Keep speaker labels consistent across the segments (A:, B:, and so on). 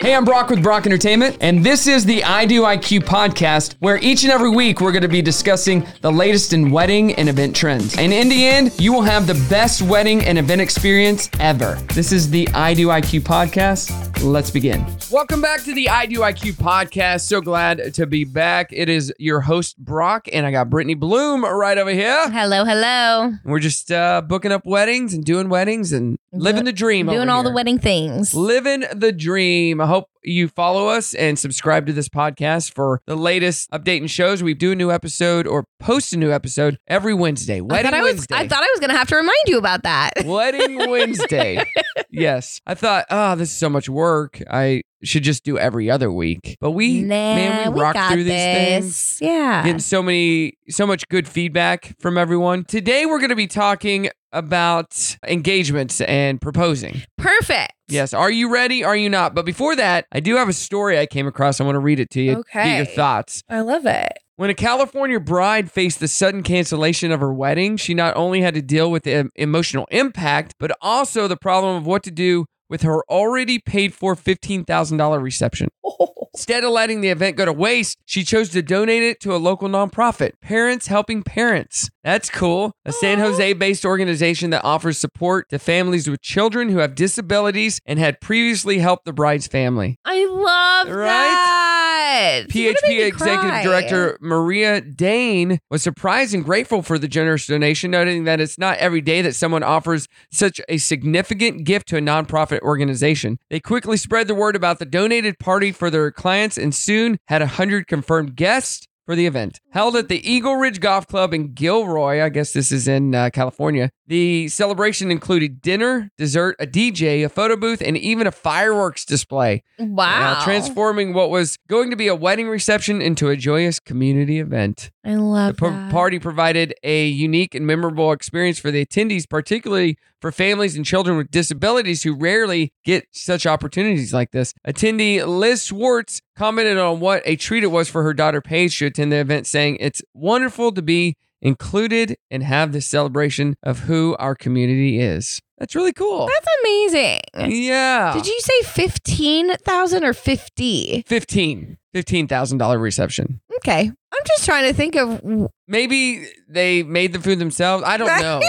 A: Hey, I'm Brock with Brock Entertainment, and this is the I Do IQ podcast, where each and every week we're going to be discussing the latest in wedding and event trends. And in the end, you will have the best wedding and event experience ever. This is the I Do IQ podcast. Let's begin. Welcome back to the I Do IQ podcast. So glad to be back. It is your host, Brock, and I got Brittany Bloom right over here.
B: Hello, hello.
A: We're just uh, booking up weddings and doing weddings and living the dream.
B: Doing
A: over
B: all the
A: here.
B: wedding things.
A: Living the dream. I hope you follow us and subscribe to this podcast for the latest update and shows. We do a new episode or post a new episode every Wednesday.
B: I
A: Wedding
B: thought I was.
A: Wednesday.
B: I thought I was gonna have to remind you about that.
A: Wedding Wednesday. Yes. I thought, oh, this is so much work. I should just do every other week. But we, man,
B: Nah,
A: we, rock
B: got
A: through these things.
B: this. Yeah.
A: Getting so many, so much good feedback from everyone. Today, we're going to be talking about engagements and proposing.
B: Perfect.
A: Yes. Are you ready? Are you not? But before that, I do have a story I came across. I want to read it to you. Get your
B: Okay.
A: thoughts.
B: I love it.
A: When a California bride faced the sudden cancellation of her wedding, she not only had to deal with the em- emotional impact, but also the problem of what to do with her already paid for $15,000 reception. Instead of letting the event go to waste, she chose to donate it to a local nonprofit, Parents Helping Parents. That's cool. A San
B: Aw.
A: Jose based organization that offers support to families with children who have disabilities and had previously helped the bride's family.
B: I love
A: Right?
B: that. You're gonna make
A: PHP
B: me
A: Executive
B: cry.
A: Director Maria Dane was surprised and grateful for the generous donation, noting that it's not every day that someone offers such a significant gift to a nonprofit organization. They quickly spread the word about the donated party for their clients and soon had 100 confirmed guests. For the event held at the Eagle Ridge Golf Club in Gilroy, I guess this is in uh, California. The celebration included dinner, dessert, a DJ, a photo booth, and even a fireworks display.
B: Wow.
A: Now transforming what was going to be a wedding reception into a joyous community event.
B: I
A: The
B: love
A: par-
B: that.
A: party provided a unique and memorable experience for the attendees, particularly for families and children with disabilities who rarely get such opportunities like this. Attendee Liz Schwartz commented on what a treat it was for her daughter Paige to attend the event, saying, It's wonderful to be included and have this celebration of who our community is. That's really cool.
B: That's amazing.
A: yeah.
B: Did you say fifteen thousand or fifty?
A: 15 $15,000 reception.
B: Okay. I'm just trying to think of.
A: Maybe they made the food themselves. I don't know.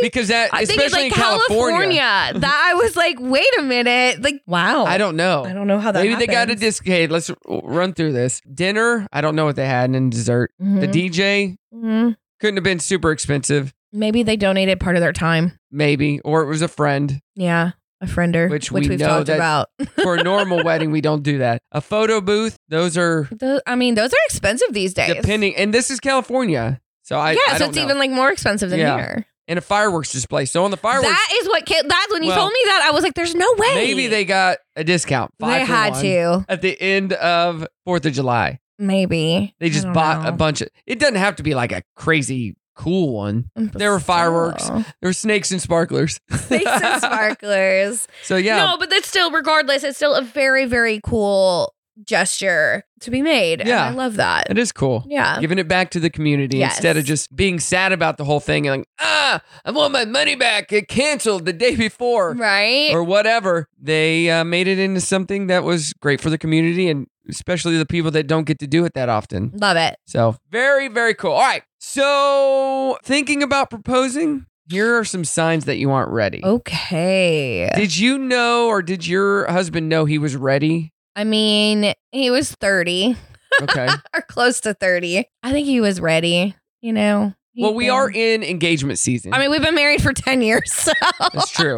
A: Because that
B: I think
A: especially
B: it's like
A: in California,
B: That I was like, wait a minute. Like, wow.
A: I don't know.
B: I don't know how that
A: Maybe they got a
B: happens.
A: discade. Let's r- run through this. Dinner, I don't know what they had and then dessert. The
B: Mhm.
A: DJ
B: Mhm.
A: couldn't have been super expensive,
B: Maybe they donated part of their time.
A: maybe, or it was a friend.
B: Yeah. A friender,
A: Which
B: which,
A: we
B: have
A: know
B: talked
A: that-
B: about.
A: For a normal wedding, we don't do that. A photo booth, those are
B: Tho- I mean, those are expensive these days.
A: depending and this is California. So I,
B: yeah,
A: I
B: so
A: don't
B: it's
A: know.
B: even like more expensive than
A: Yeah.
B: here.
A: and a fireworks display. So on the fireworks
B: That is what. Ca- that's when you
A: Well,
B: told me that I was like, "There's no way."
A: maybe they got a discount. Five
B: They
A: for
B: had
A: one
B: to.
A: At the end of Fourth of July.
B: Maybe
A: They just
B: I don't
A: bought a
B: know.
A: bunch of. It doesn't have to be like a crazy cool one. there were fireworks.
B: So-
A: There were snakes and sparklers.
B: Snakes and sparklers.
A: So yeah,
B: No, but that's still, regardless, it's still a very, very cool gesture to be made. and
A: Yeah.
B: I love that.
A: it is cool.
B: Yeah.
A: Giving it back to the community
B: Yes.
A: instead of just being sad about the whole thing and like, ah, I want my money back. It canceled the day before
B: Right?
A: or whatever. They uh, made it into something that was great for the community and especially the people that don't get to do it that often.
B: Love it.
A: So very, very cool. All right. So thinking about proposing, here are some signs that you aren't ready.
B: Okay.
A: Did you know or did your husband know he was ready?
B: I mean, he was 30
A: Okay.
B: or close to 30. I think he was ready, you know. He'd
A: well, we
B: been-
A: are in engagement season.
B: I mean, we've been married for 10 years. So
A: that's true.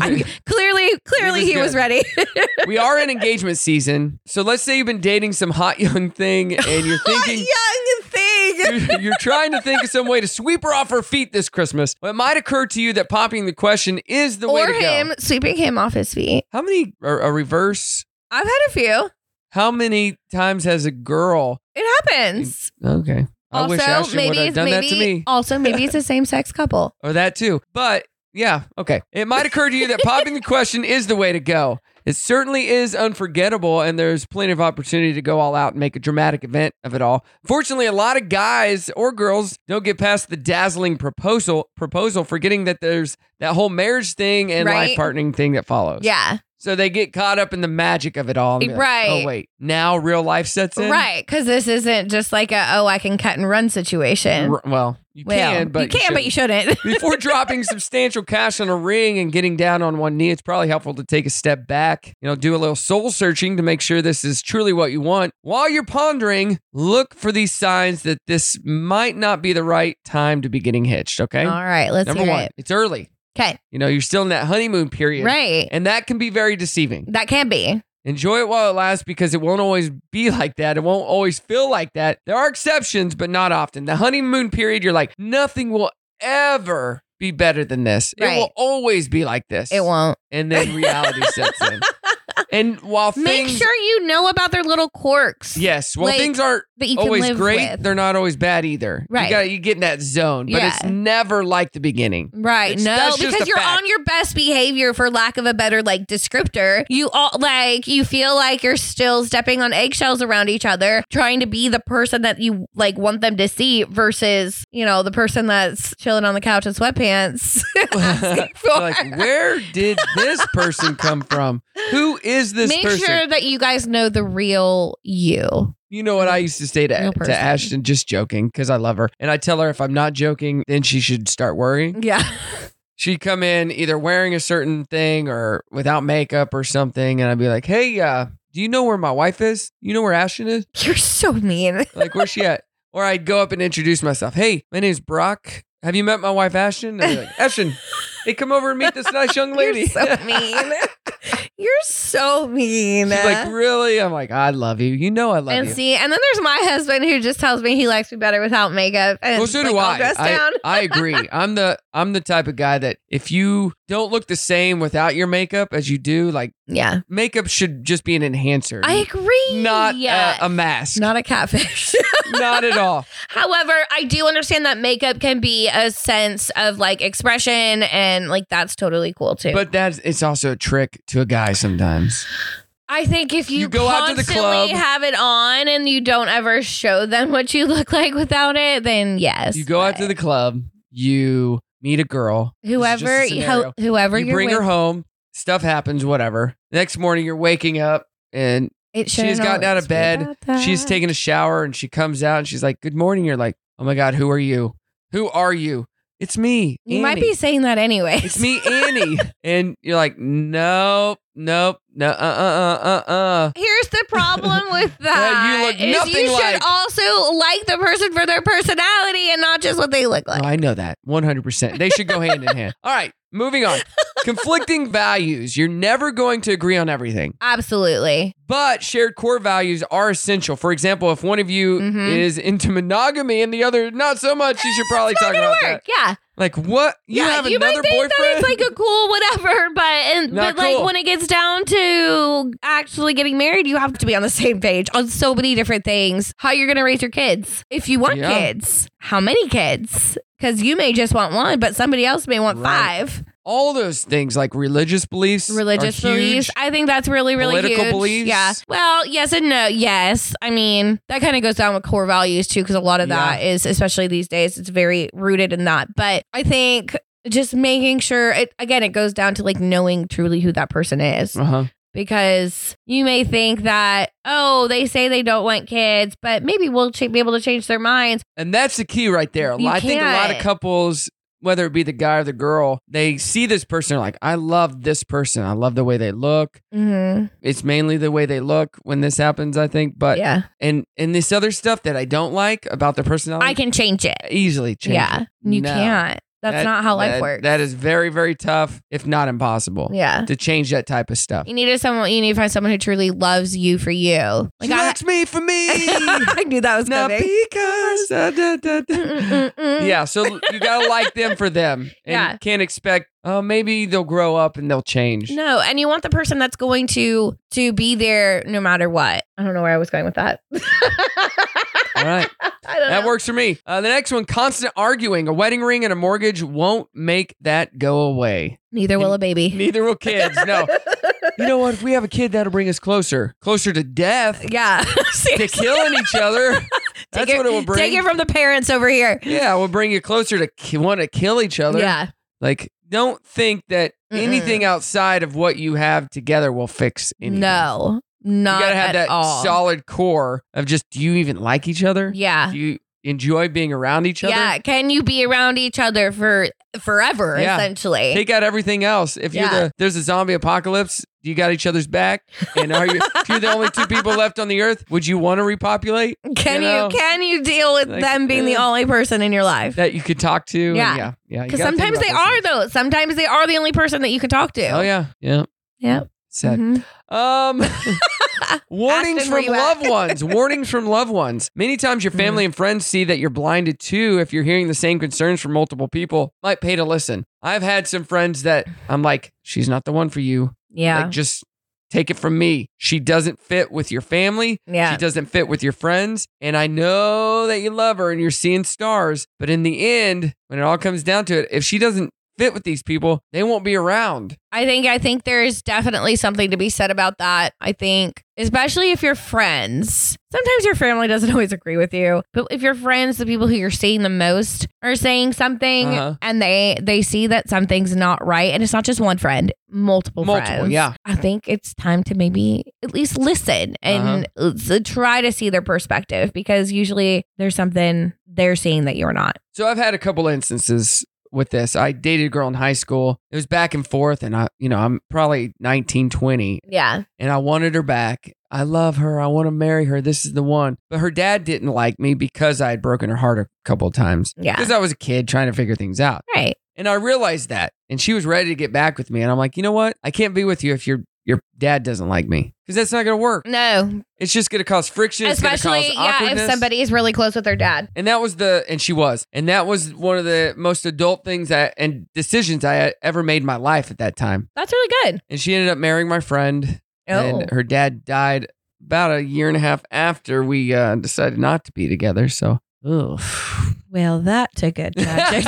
B: I'm- clearly, clearly
A: was
B: he was
A: good.
B: ready.
A: We are in engagement season. So let's say you've been dating some hot young thing and you're thinking
B: Young thing.
A: you're, you're trying to think of some way to sweep her off her feet this Christmas. Well, it might occur to you that popping the question is the way
B: Or
A: to go.
B: him sweeping him off his feet.
A: How many or a reverse?
B: I've had a few.
A: How many times has a girl?
B: It happens.
A: Okay. I wish Ashton would have
B: it's-
A: done that to
B: maybe-
A: me.
B: Also, maybe it's a same sex couple.
A: or that too. But yeah, okay. It might occur to you that popping the question is the way to go. It certainly is unforgettable, and there's plenty of opportunity to go all out and make a dramatic event of it all. Fortunately, a lot of guys or girls don't get past the dazzling proposal proposal, forgetting that there's that whole marriage thing and
B: Right.
A: life partnering thing that follows.
B: Yeah.
A: So they get caught up in the magic of it all. and be like,
B: Right.
A: oh, wait. Now real life sets in?
B: Right, because this isn't just like a oh I can cut and run situation.
A: R- well, you can, but
B: you can, but you
A: shouldn't.
B: shouldn't.
A: Before dropping substantial cash on a ring and getting down on one knee, it's probably helpful to take a step back, you know, do a little soul searching to make sure this is truly what you want. While you're pondering, look for these signs that this might not be the right time to be getting hitched, okay?
B: All right, let's
A: Number
B: hear
A: one,
B: it.
A: it's early.
B: Okay,
A: You know, you're still in that honeymoon period.
B: right.
A: And that can be very deceiving.
B: That can be.
A: Enjoy it while it lasts because it won't always be like that. It won't always feel like that. There are exceptions, but not often. The honeymoon period, you're like, nothing will ever be better than this. It will
B: Right.
A: always be like this.
B: It won't.
A: And then reality sets in. And while
B: Make
A: things,
B: sure you know about their little quirks.
A: yes, well,
B: like,
A: things aren't
B: But you can
A: always
B: live
A: great.
B: with.
A: They're not always bad either.
B: Right.
A: You got you get in that zone, but it's
B: Yeah.
A: never like the beginning.
B: Right.
A: It's-
B: no,
A: that's just
B: because
A: a
B: you're
A: fact.
B: on your best behavior for lack of a better like descriptor. You all like you feel like you're still stepping on eggshells around each other, trying to be the person that you like want them to see versus, you know, the person that's chilling on the couch in sweatpants. asking for-
A: like, where did this person come from? Who is this
B: Make
A: person?
B: sure that you guys know the real you.
A: You know what I used to say to,
B: Real
A: to
B: person.
A: Ashton, just joking, because I love her. And I tell her if I'm not joking, then she should start worrying.
B: Yeah.
A: She'd come in either wearing a certain thing or without makeup or something. And I'd be like, hey, uh, do you know where my wife is? You know where Ashton is?
B: You're so mean.
A: Like, where's she at? Or I'd go up and introduce myself. Hey, my name's Brock. Have you met my wife, Ashton? And I'd be like, Ashton, hey, come over and meet this nice young lady.
B: You're so mean. You're so mean.
A: She's like, really? I'm like, I love you. You know I love
B: and
A: you.
B: see, and then there's my husband who just tells me he likes me better without makeup. And
A: well, so
B: like,
A: do
B: all
A: I.
B: Dressed
A: I,
B: down.
A: I agree. I'm the I'm the type of guy that if you don't look the same without your makeup as you do, like
B: Yeah,
A: makeup should just be an enhancer,
B: I agree.
A: not
B: yeah.
A: a, a mask,
B: not a catfish.
A: Not at all.
B: However, I do understand that makeup can be a sense of like expression, and like that's totally cool too.
A: But that's it's also a trick to a guy sometimes.
B: I think if you,
A: You go out to the
B: constantly
A: club-
B: have it on, and you don't ever show them what you look like without it, then yes,
A: You go out to the club, you meet a girl,
B: but whoever,
A: this is just a scenario.
B: ho- whoever
A: you
B: are
A: bring
B: with,
A: her home, stuff happens, whatever. Next morning you're waking up and
B: it
A: She's
B: shouldn't
A: gotten out of
B: always be
A: bed.
B: about that.
A: She's taking a shower and she comes out and she's like, "Good morning." You're like, "Oh my god, who are you? Who are you? It's me."
B: You might
A: Annie.
B: be saying that anyway.
A: It's me, Annie. and you're like, "Nope, nope, no, uh, uh, uh, uh, uh."
B: Here's the problem with
A: Yeah, you
B: that
A: look
B: is
A: nothing
B: you should
A: like-
B: also like the person for their personality and not just what they look like.
A: Oh, I know that 100. percent They should go hand in hand. All right, moving on. Conflicting values. You're never going to agree on everything.
B: Absolutely.
A: But shared core values are essential. For example, if one of you
B: Mhm.
A: is into monogamy and the other not so much, you should probably
B: It's not
A: talk
B: gonna
A: about
B: work.
A: that.
B: Yeah.
A: Like what? You
B: yeah.
A: have
B: you
A: another
B: might
A: boyfriend?
B: think that it's like a cool whatever, but and
A: Not
B: but
A: cool.
B: like when it gets down to actually getting married, you have to be on the same page on so many different things. How you're gonna raise your kids. If you want
A: Yeah.
B: kids, how many kids? Because you may just want one, but somebody else may want
A: Right.
B: five.
A: All those things like religious beliefs,
B: religious
A: are huge.
B: beliefs. I think that's really, really
A: Political
B: huge.
A: beliefs.
B: Yeah. Well, yes and no. Yes. I mean, that kind of goes down with core values too, because a lot of that is, especially these days, it's very rooted in that. But I think just making sure it again it goes down to like knowing truly who that person is
A: Uh-huh.
B: because you may think that oh they say they don't want kids but maybe we'll ch- be able to change their minds
A: And that's the key right there.
B: You
A: I think a lot of
B: can't.
A: couples, whether it be the guy or the girl, they see this person they're like, I love this person. I love the way they look.
B: mm-hmm.
A: It's mainly the way they look when this happens, I think. But
B: yeah
A: and and this other stuff that I don't like about the personality
B: i can change it
A: easily change.
B: yeah
A: it.
B: you
A: No.
B: can't that's
A: That-
B: not how life
A: that-
B: works
A: That is very, very tough, if not impossible,
B: yeah
A: to change that type of stuff.
B: You need to someone. You need to find someone who truly loves you for you. Like
A: she
B: I,
A: likes me for me.
B: I knew that was
A: Not
B: coming.
A: because. da, da, da, da.
B: Mm-mm-mm-mm.
A: Yeah, so you gotta like them for them, and
B: Mm. Yeah.
A: can't expect. Oh, maybe they'll grow up and they'll change.
B: No, and you want the person that's going to to be there no matter what. I don't know where I was going with that.
A: All right,
B: I don't
A: that
B: know.
A: works for me. Uh, the next one: constant arguing. A wedding ring and a mortgage won't make that go away.
B: Neither will a baby.
A: Neither will kids. No, you know what? If we have a kid, that'll bring us closer, closer to death,
B: yeah.
A: to
B: Seriously.
A: killing each other. That's
B: take it,
A: what it will bring.
B: Take it from the parents over here.
A: yeah, we'll bring you closer to ki- want to kill each other.
B: Yeah.
A: Like, don't think that Anything outside of what you have together will fix anything.
B: No, not
A: you gotta have
B: at
A: that
B: all.
A: solid core of just do you even like each other?
B: yeah.
A: Do you enjoy being around each other?
B: Yeah, can you be around each other for forever
A: Yeah.
B: essentially?
A: Take out everything else. If
B: Yeah.
A: you're the there's a zombie apocalypse, you got each other's back, and are you if you're the only two people left on the earth? Would you want to repopulate
B: can
A: you
B: you,
A: know,
B: can you deal with
A: like,
B: them being the
A: eh.
B: only person in your life?
A: that you could talk to? And yeah,
B: Yeah.
A: yeah. you
B: Because
A: gotta think
B: sometimes
A: about
B: they
A: those
B: are
A: things.
B: though. Sometimes they are the only person that you can talk to.
A: Oh yeah, yeah,
B: Yeah.
A: Sad.
B: Mhm.
A: Um, warnings
B: Ashton, where
A: from
B: you at?
A: loved
B: Mm-hmm.
A: ones. Warnings from loved ones. Many times your family and friends see that you're blinded too if you're hearing the same concerns from multiple people. Might pay to listen. I've had some friends that I'm like, she's not the one for you.
B: Yeah.
A: Like, just take it from me. She doesn't fit with your family.
B: yeah.
A: She doesn't fit with your friends. And I know that you love her and you're seeing stars. But in the end, when it all comes down to it, if she doesn't fit with these people, they won't be around.
B: I think I think there's definitely something to be said about that. I think especially if you're friends. Sometimes your family doesn't always agree with you, but if you're friends, the people who you're seeing the most are saying something
A: Uh-huh.
B: and they they see that something's not right and it's not just one friend, multiple,
A: Multiple,
B: friends.
A: yeah.
B: I think it's time to maybe at least listen and
A: Uh-huh.
B: s- try to see their perspective because usually there's something they're seeing that you're not.
A: So I've had a couple instances with this. I dated a girl in high school. It was back and forth and I, you know, I'm probably 19, 20
B: Yeah.
A: and I wanted her back. I love her. I want to marry her. This is the one. But her dad didn't like me because I had broken her heart a couple of times
B: Yeah.
A: because I was a kid trying to figure things out.
B: Right.
A: And I realized that. And she was ready to get back with me and I'm like, "You know what? I can't be with you if your your dad doesn't like me because that's not going to work.
B: No,
A: It's just going to cause friction, it's gonna
B: especially
A: cause
B: yeah if
A: awkwardness.
B: somebody is really close with their dad
A: And that was the, and she was, and that was one of the most adult things that and decisions I had ever made in my life at that time.
B: that's really good
A: And she ended up marrying my friend,
B: Oh.
A: and her dad died about a year and a half after we uh, decided not to be together. So, ugh.
B: well that took a
A: tragic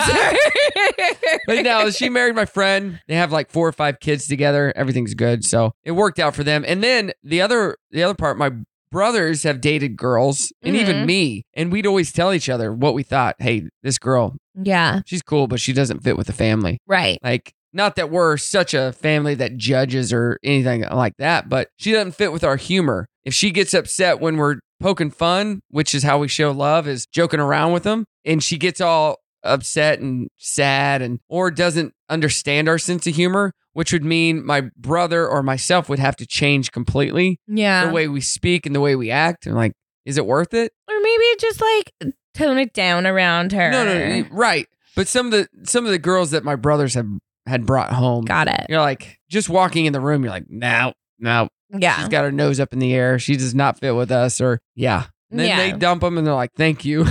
A: but now she married my friend. They have like four or five kids together. Everything's good, so it worked out for them. And then the other, the other part, my brothers have dated girls, and
B: Mhm.
A: even me, and we'd always tell each other what we thought. Hey, this girl,
B: yeah
A: she's cool, but she doesn't fit with the family.
B: right
A: Like, not that we're such a family that judges or anything like that, but she doesn't fit with our humor. If she gets upset when we're poking fun, which is how we show love, is joking around with them, and she gets all upset and sad and or doesn't understand our sense of humor, which would mean my brother or myself would have to change completely
B: yeah
A: the way we speak and the way we act. And like, is it worth it?
B: or maybe just like tone it down around her
A: No, no, no, right. But some of the some of the girls that my brothers have had brought home
B: got it
A: You're like just walking in the room. You're like, no, no.
B: yeah
A: She's got her nose up in the air. She does not fit with us. Or yeah. And then
B: yeah.
A: they dump them and they're like, thank you.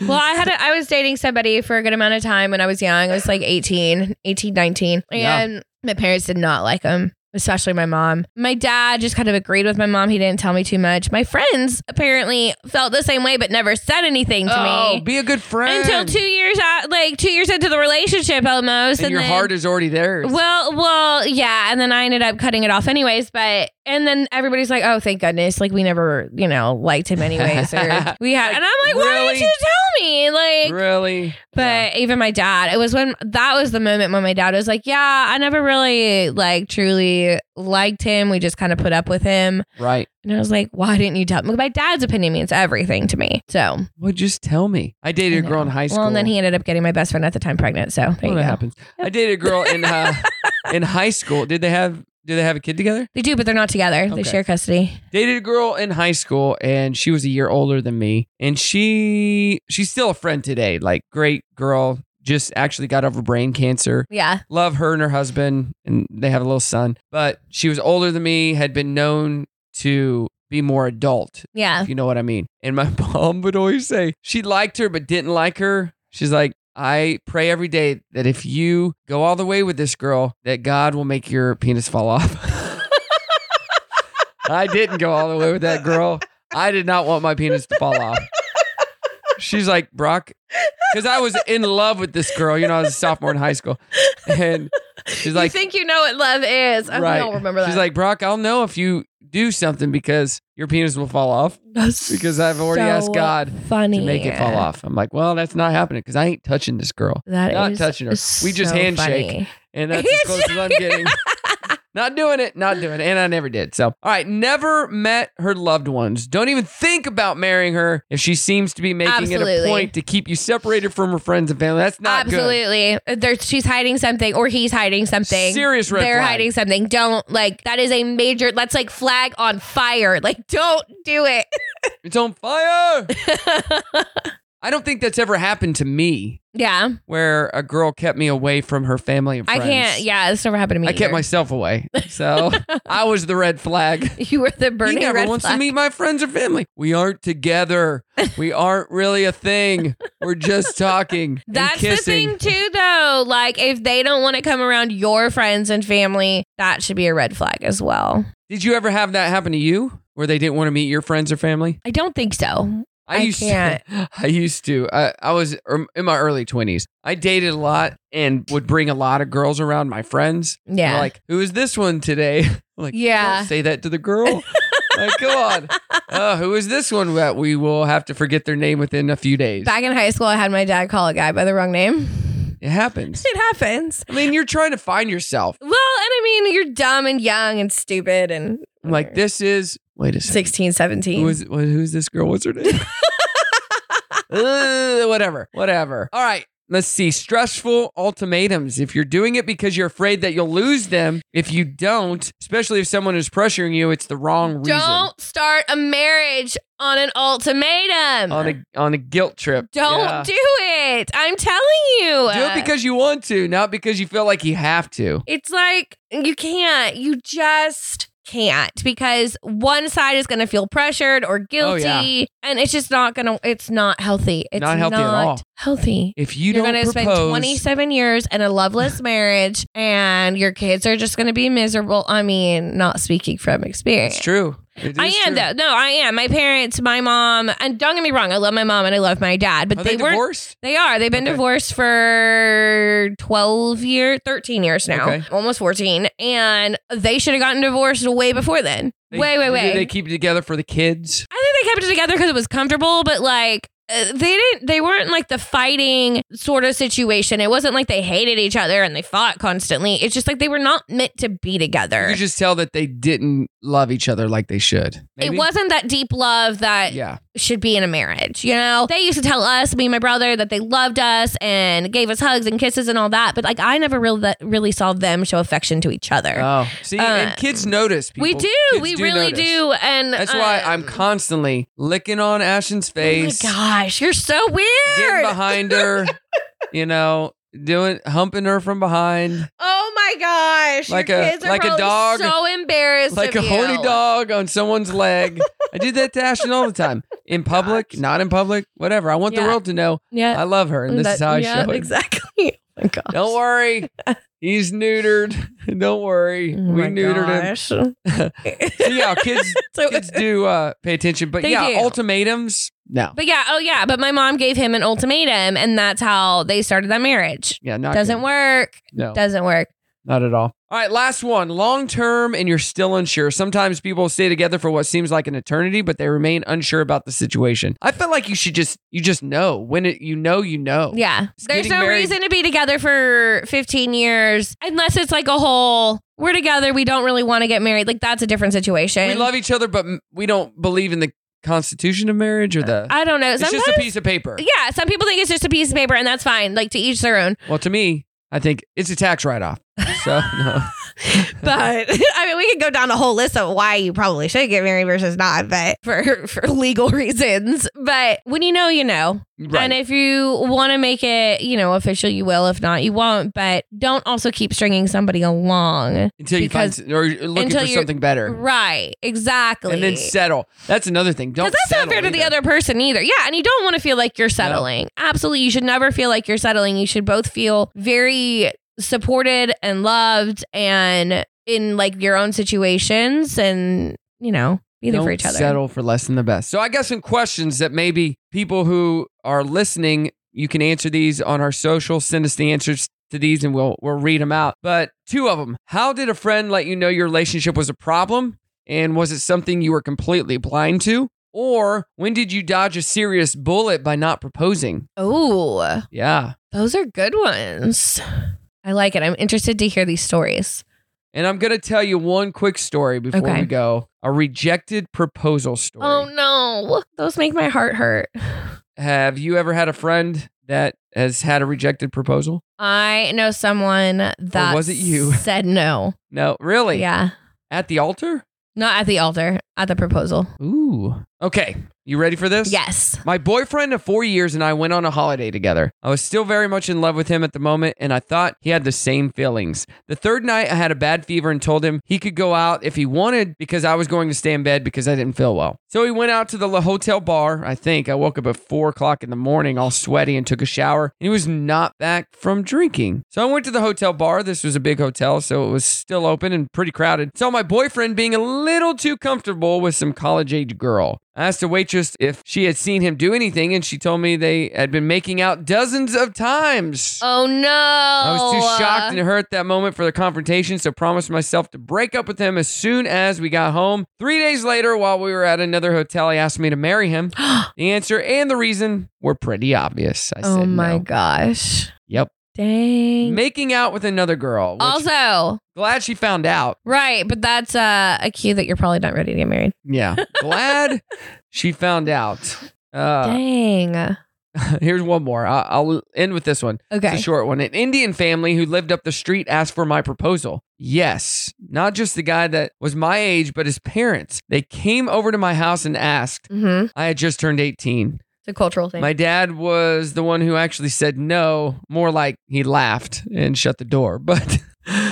B: well, I had a, I was dating somebody for a good amount of time when I was young. I was like 18, 18, 19.
A: Yeah.
B: And my parents did not like him, especially my mom. My dad just kind of agreed with my mom. He didn't tell me too much. My friends apparently felt the same way but never said anything to
A: oh,
B: me.
A: be a good friend.
B: until two years out, like two years into the relationship almost.
A: And, your
B: then,
A: heart is already theirs.
B: well, well, yeah, and then I ended up cutting it off anyways. But and then everybody's like, "Oh, thank goodness!" Like we never, you know, liked him anyways. Or we had,
A: Like,
B: and I'm like, "Why
A: really?
B: didn't you tell me?" Like,
A: really?
B: but even my dad, it was when that was the moment when my dad was like, "Yeah, I never really like truly liked him. We just kind of put up with him."
A: Yeah. Right.
B: And I was like, "Why didn't you tell me?" My dad's opinion means everything to me. So
A: Well, just tell me. I dated a
B: I
A: girl in
B: know.
A: high school.
B: Well, and then he ended up getting my best friend at the time pregnant. So there
A: Well,
B: you
A: that
B: go.
A: happens. I dated a girl in uh, in high school. Did they have? Do they have a kid together?
B: They do, but they're not together.
A: Okay.
B: They share custody.
A: dated a girl in high school and she was a year older than me and she she's still a friend today like great girl just actually got over brain cancer
B: Yeah.
A: love her and her husband and they have a little son but she was older than me had been known to be more adult
B: Yeah.
A: if you know what i mean and my mom would always say she liked her but didn't like her she's like I pray every day that if you go all the way with this girl, that God will make your penis fall off. I didn't go all the way with that girl. I did not want my penis to fall off. She's like, Brock, because I was in love with this girl. You know, I was a sophomore in high school. And she's like,
B: you think you know what love is. I
A: right.
B: don't remember that.
A: She's like, Brock, I'll know if you do something because your penis will fall off because I've already asked God
B: funny.
A: to make it fall off. I'm like, well, that's not happening because I ain't touching this girl.
B: That
A: Not
B: is
A: touching her. We just
B: so
A: handshake.
B: funny.
A: And that's as close as I'm getting. Not doing it, not doing it. And I never did. So, all right, never met her loved ones. Don't even think about marrying her if she seems to be making it a
B: Absolutely.
A: point to keep you separated from her friends and family. That's not good.
B: Absolutely. There, she's hiding something or he's hiding something.
A: Serious red
B: They're
A: flag.
B: hiding something. Don't like that is a major that's like flag on fire. Like don't do it.
A: It's on fire. I don't think that's ever happened to me
B: yeah.
A: where a girl kept me away from her family and
B: I
A: friends.
B: can't. Yeah, this never happened to me.
A: I kept
B: either.
A: myself away. So I was the red flag.
B: You were the burning
A: he never
B: red
A: wants
B: flag.
A: to meet my friends or family. We aren't together. we aren't really a thing. We're just talking. and
B: That's the
A: kissing.
B: thing too though. Like if they don't want to come around your friends and family, that should be a red flag as well.
A: Did you ever have that happen to you where they didn't want to meet your friends or family?
B: I don't think so. I
A: used
B: can't.
A: to. I used to. I, I was um, in my early 20s. I dated a lot and would bring a lot of girls around my friends. They're
B: Yeah.
A: Like, who is this one today? I'm like,
B: Yeah.
A: Don't say that to the girl. like, come on. Uh, who is this one that we will have to forget their name within a few days?
B: Back in high school, I had my dad call a guy by the wrong name.
A: it happens.
B: It happens.
A: I mean, you're trying to find yourself.
B: Well, and I mean, you're dumb and young and stupid and
A: I'm like, this is. Wait a second.
B: 16, 17.
A: Who is, what, who's this girl? What's her name? Uh, whatever. Whatever. All right. Let's see. Stressful ultimatums. If you're doing it because you're afraid that you'll lose them, if you don't, especially if someone is pressuring you, it's the wrong reason.
B: Don't start a marriage on an ultimatum.
A: On a on a guilt trip.
B: Don't
A: Yeah.
B: do it. I'm telling you.
A: do it because you want to, not because you feel like you have to.
B: it's like you can't. You just can't because one side is going to feel pressured or guilty
A: Oh, yeah.
B: and it's just not going to it's not healthy. It's
A: Not healthy at
B: not
A: all.
B: Healthy.
A: If you
B: are
A: don't
B: going to
A: propose,
B: spend 27 years in a loveless marriage and your kids are just going to be miserable. I mean, not speaking from experience.
A: it's true. It
B: I
A: is
B: am
A: true.
B: though. No, I am. My parents, my mom, and don't get me wrong, I love my mom and I love my dad, but
A: Are
B: they,
A: Oh, they,
B: weren't.
A: divorced?
B: They are. They've been
A: Okay.
B: divorced for 12 years, 13 years now,
A: Okay.
B: almost 14. And they should have gotten divorced way before then.
A: They-
B: way, way, way.
A: Do they keep it together for the kids?
B: I think they kept it together because it was comfortable, but like uh, they didn't they weren't like the fighting sort of situation. It wasn't like they hated each other and they fought constantly. It's just like they were not meant to be
A: You
B: together.
A: could just tell that they didn't love each other like they should. Maybe?
B: It wasn't that deep love that
A: Yeah.
B: should be in a marriage, you know? They used to tell us, me and my brother, that they loved us and gave us hugs and kisses and all that, but like I never really really saw them show affection to each other.
A: Oh, see, and kids notice. People.
B: Uh, we do.
A: Kids
B: we really
A: notice.
B: do. And
A: That's why
B: um,
A: I'm constantly licking on Ashen's face,
B: Oh my gosh, you're so
A: getting
B: weird.
A: behind her, you know, doing humping her from behind
B: Oh my gosh!
A: Like
B: Your
A: a-
B: kids are
A: like a
B: probably
A: dog-
B: So embarrassed,
A: like a
B: of you.
A: horny dog on someone's leg. I do that to Ashen all the time. In public, not in public, whatever. I want the
B: Yeah. Uh,
A: world to know
B: Yeah,
A: I love her and this is how I show it.
B: Exactly. Oh my gosh.
A: Don't worry. He's neutered. Don't worry.
B: Oh
A: we
B: my
A: neutered him.
B: gosh.
A: So yeah, kids
B: So-
A: kids do uh, pay attention, but
B: They
A: yeah,
B: do.
A: ultimatums. No,
B: but yeah, oh yeah. But my mom gave him an ultimatum, and that's how they started that marriage.
A: yeah, not
B: Doesn't
A: good.
B: work.
A: No,
B: Doesn't work.
A: not at all. All right, last one. Long term, and you're still unsure. Sometimes people stay together for what seems like an eternity, but they remain unsure about the situation. I feel like you should just you just know when it you know you know.
B: Yeah.
A: It's
B: There's
A: getting
B: no
A: married-
B: reason to be together for 15 years unless it's like a whole. We're together. We don't really want to get married. Like that's a different situation.
A: We love each other, but m- we don't believe in the constitution of marriage or the.
B: I don't know.
A: it's just a piece of paper.
B: Yeah, some people think it's just a piece of paper, and that's fine. Like to each their own.
A: Well, to me, I think it's a tax write off. So no.
B: But I mean, we could go down a whole list of why you probably should get married versus not, but for for legal reasons. But when you know, you know.
A: Right.
B: And if you want to make it, you know, official, you will. If not, you won't. But don't also keep stringing somebody along.
A: until you find
B: because-
A: s- or you're looking
B: until
A: for
B: you're-
A: something better.
B: Right. Exactly.
A: and then settle. That's another thing. Don't
B: Because that's not
A: settle
B: fair to the
A: either.
B: other person either. Yeah. And you don't want to feel like you're settling. Absolutely. You should never feel like you're settling. You should both feel very supported and loved and in like your own situations and, you know, be there
A: Don't
B: for each other.
A: Settle for less than the best. So I got some questions that maybe people who are listening, you can answer these on our social. Send us the answers to these, and we'll we'll read them out. But two of them: How did a friend let you know your relationship was a problem, and was it something you were completely blind to? Or when did you dodge a serious bullet by not proposing?
B: Oh,
A: Yeah.
B: those are good ones. I like it. I'm interested to hear these stories.
A: And I'm going to tell you one quick story before
B: Okay.
A: we go a rejected proposal story.
B: Oh no, those make my heart hurt.
A: Have you ever had a friend that has had a rejected proposal?
B: I know someone that
A: was it you?
B: said no.
A: No, really?
B: Yeah,
A: At the altar?
B: not at the altar, at the proposal.
A: Ooh. Okay. You ready for this?
B: Yes.
A: My boyfriend of four years and I went on a holiday together. I was still very much in love with him at the moment, and I thought he had the same feelings. The third night, I had a bad fever and told him he could go out if he wanted because I was going to stay in bed because I didn't feel well. So he went out to the hotel bar. I think I woke up at four o'clock in the morning, all sweaty, and took a shower. And he was not back from drinking. So I went to the hotel bar. This was a big hotel, so it was still open and pretty crowded. Saw my boyfriend being a little too comfortable with some college age girl. I asked a waitress if she had seen him do anything, and she told me they had been making out dozens of times.
B: Oh no.
A: I was too shocked
B: Uh,
A: and hurt that moment for the confrontation, so promised myself to break up with him as soon as we got home. Three days later, while we were at another hotel, he asked me to marry him. The answer and the reason were pretty obvious. I
B: oh
A: said,
B: my
A: no.
B: gosh.
A: Yep.
B: Dang.
A: Making out with another girl. Which,
B: also,
A: glad she found out.
B: right, but that's uh, a cue that you're probably not ready to get married.
A: Yeah. glad she found out. Uh,
B: Dang.
A: here's one more. I- I'll end with this one.
B: Okay.
A: It's a short one. An Indian family who lived up the street asked for my proposal. Yes, not just the guy that was my age, but his parents. They came over to my house and asked.
B: mm-hmm. It's
A: I had just turned 18.
B: a cultural thing.
A: My dad was the one who actually said no, more like he laughed and shut the door. But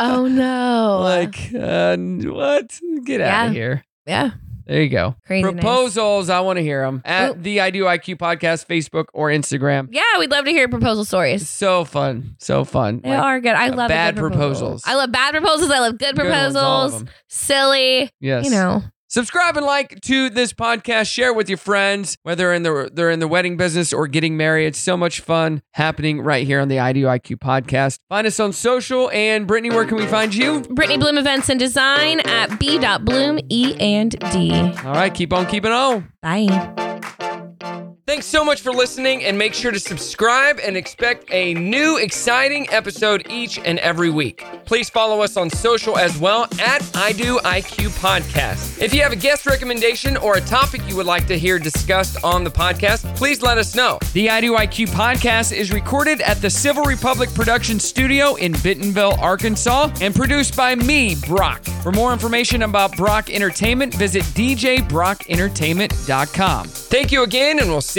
B: oh no.
A: like, uh, what? Get out
B: Yeah.
A: of here.
B: yeah,
A: There you go.
B: crazy. nice.
A: Proposals, I want to hear them at
B: Ooh.
A: the I Do IQ podcast, Facebook, or Instagram.
B: Yeah, we'd love to hear proposal stories.
A: So fun. So fun.
B: They
A: Like,
B: are good. I
A: uh,
B: love a
A: bad
B: good proposal.
A: proposals.
B: I love bad proposals. I love good
A: good ones, all of
B: proposals.
A: them.
B: Silly.
A: Yes.
B: You know.
A: Subscribe and like to this podcast. Share with your friends, whether in the they're in the wedding business or getting married. It's so much fun happening right here on the IDUIQ podcast. Find us on social and Brittany, where can we find you?
B: Brittany Bloom Events and Design at b.bloom e and d.
A: All right, keep on keeping on.
B: Bye.
A: Thanks so much for listening and make sure to subscribe and expect a new exciting episode each and every week. Please follow us on social as well at I Do IQ Podcast. If you have a guest recommendation or a topic you would like to hear discussed on the podcast, please let us know. The I Do IQ Podcast is recorded at the Civil Republic Production Studio in Bentonville, Arkansas, and produced by me, Brock. For more information about Brock Entertainment, visit djbrockentertainment.com. Thank you again, and we'll see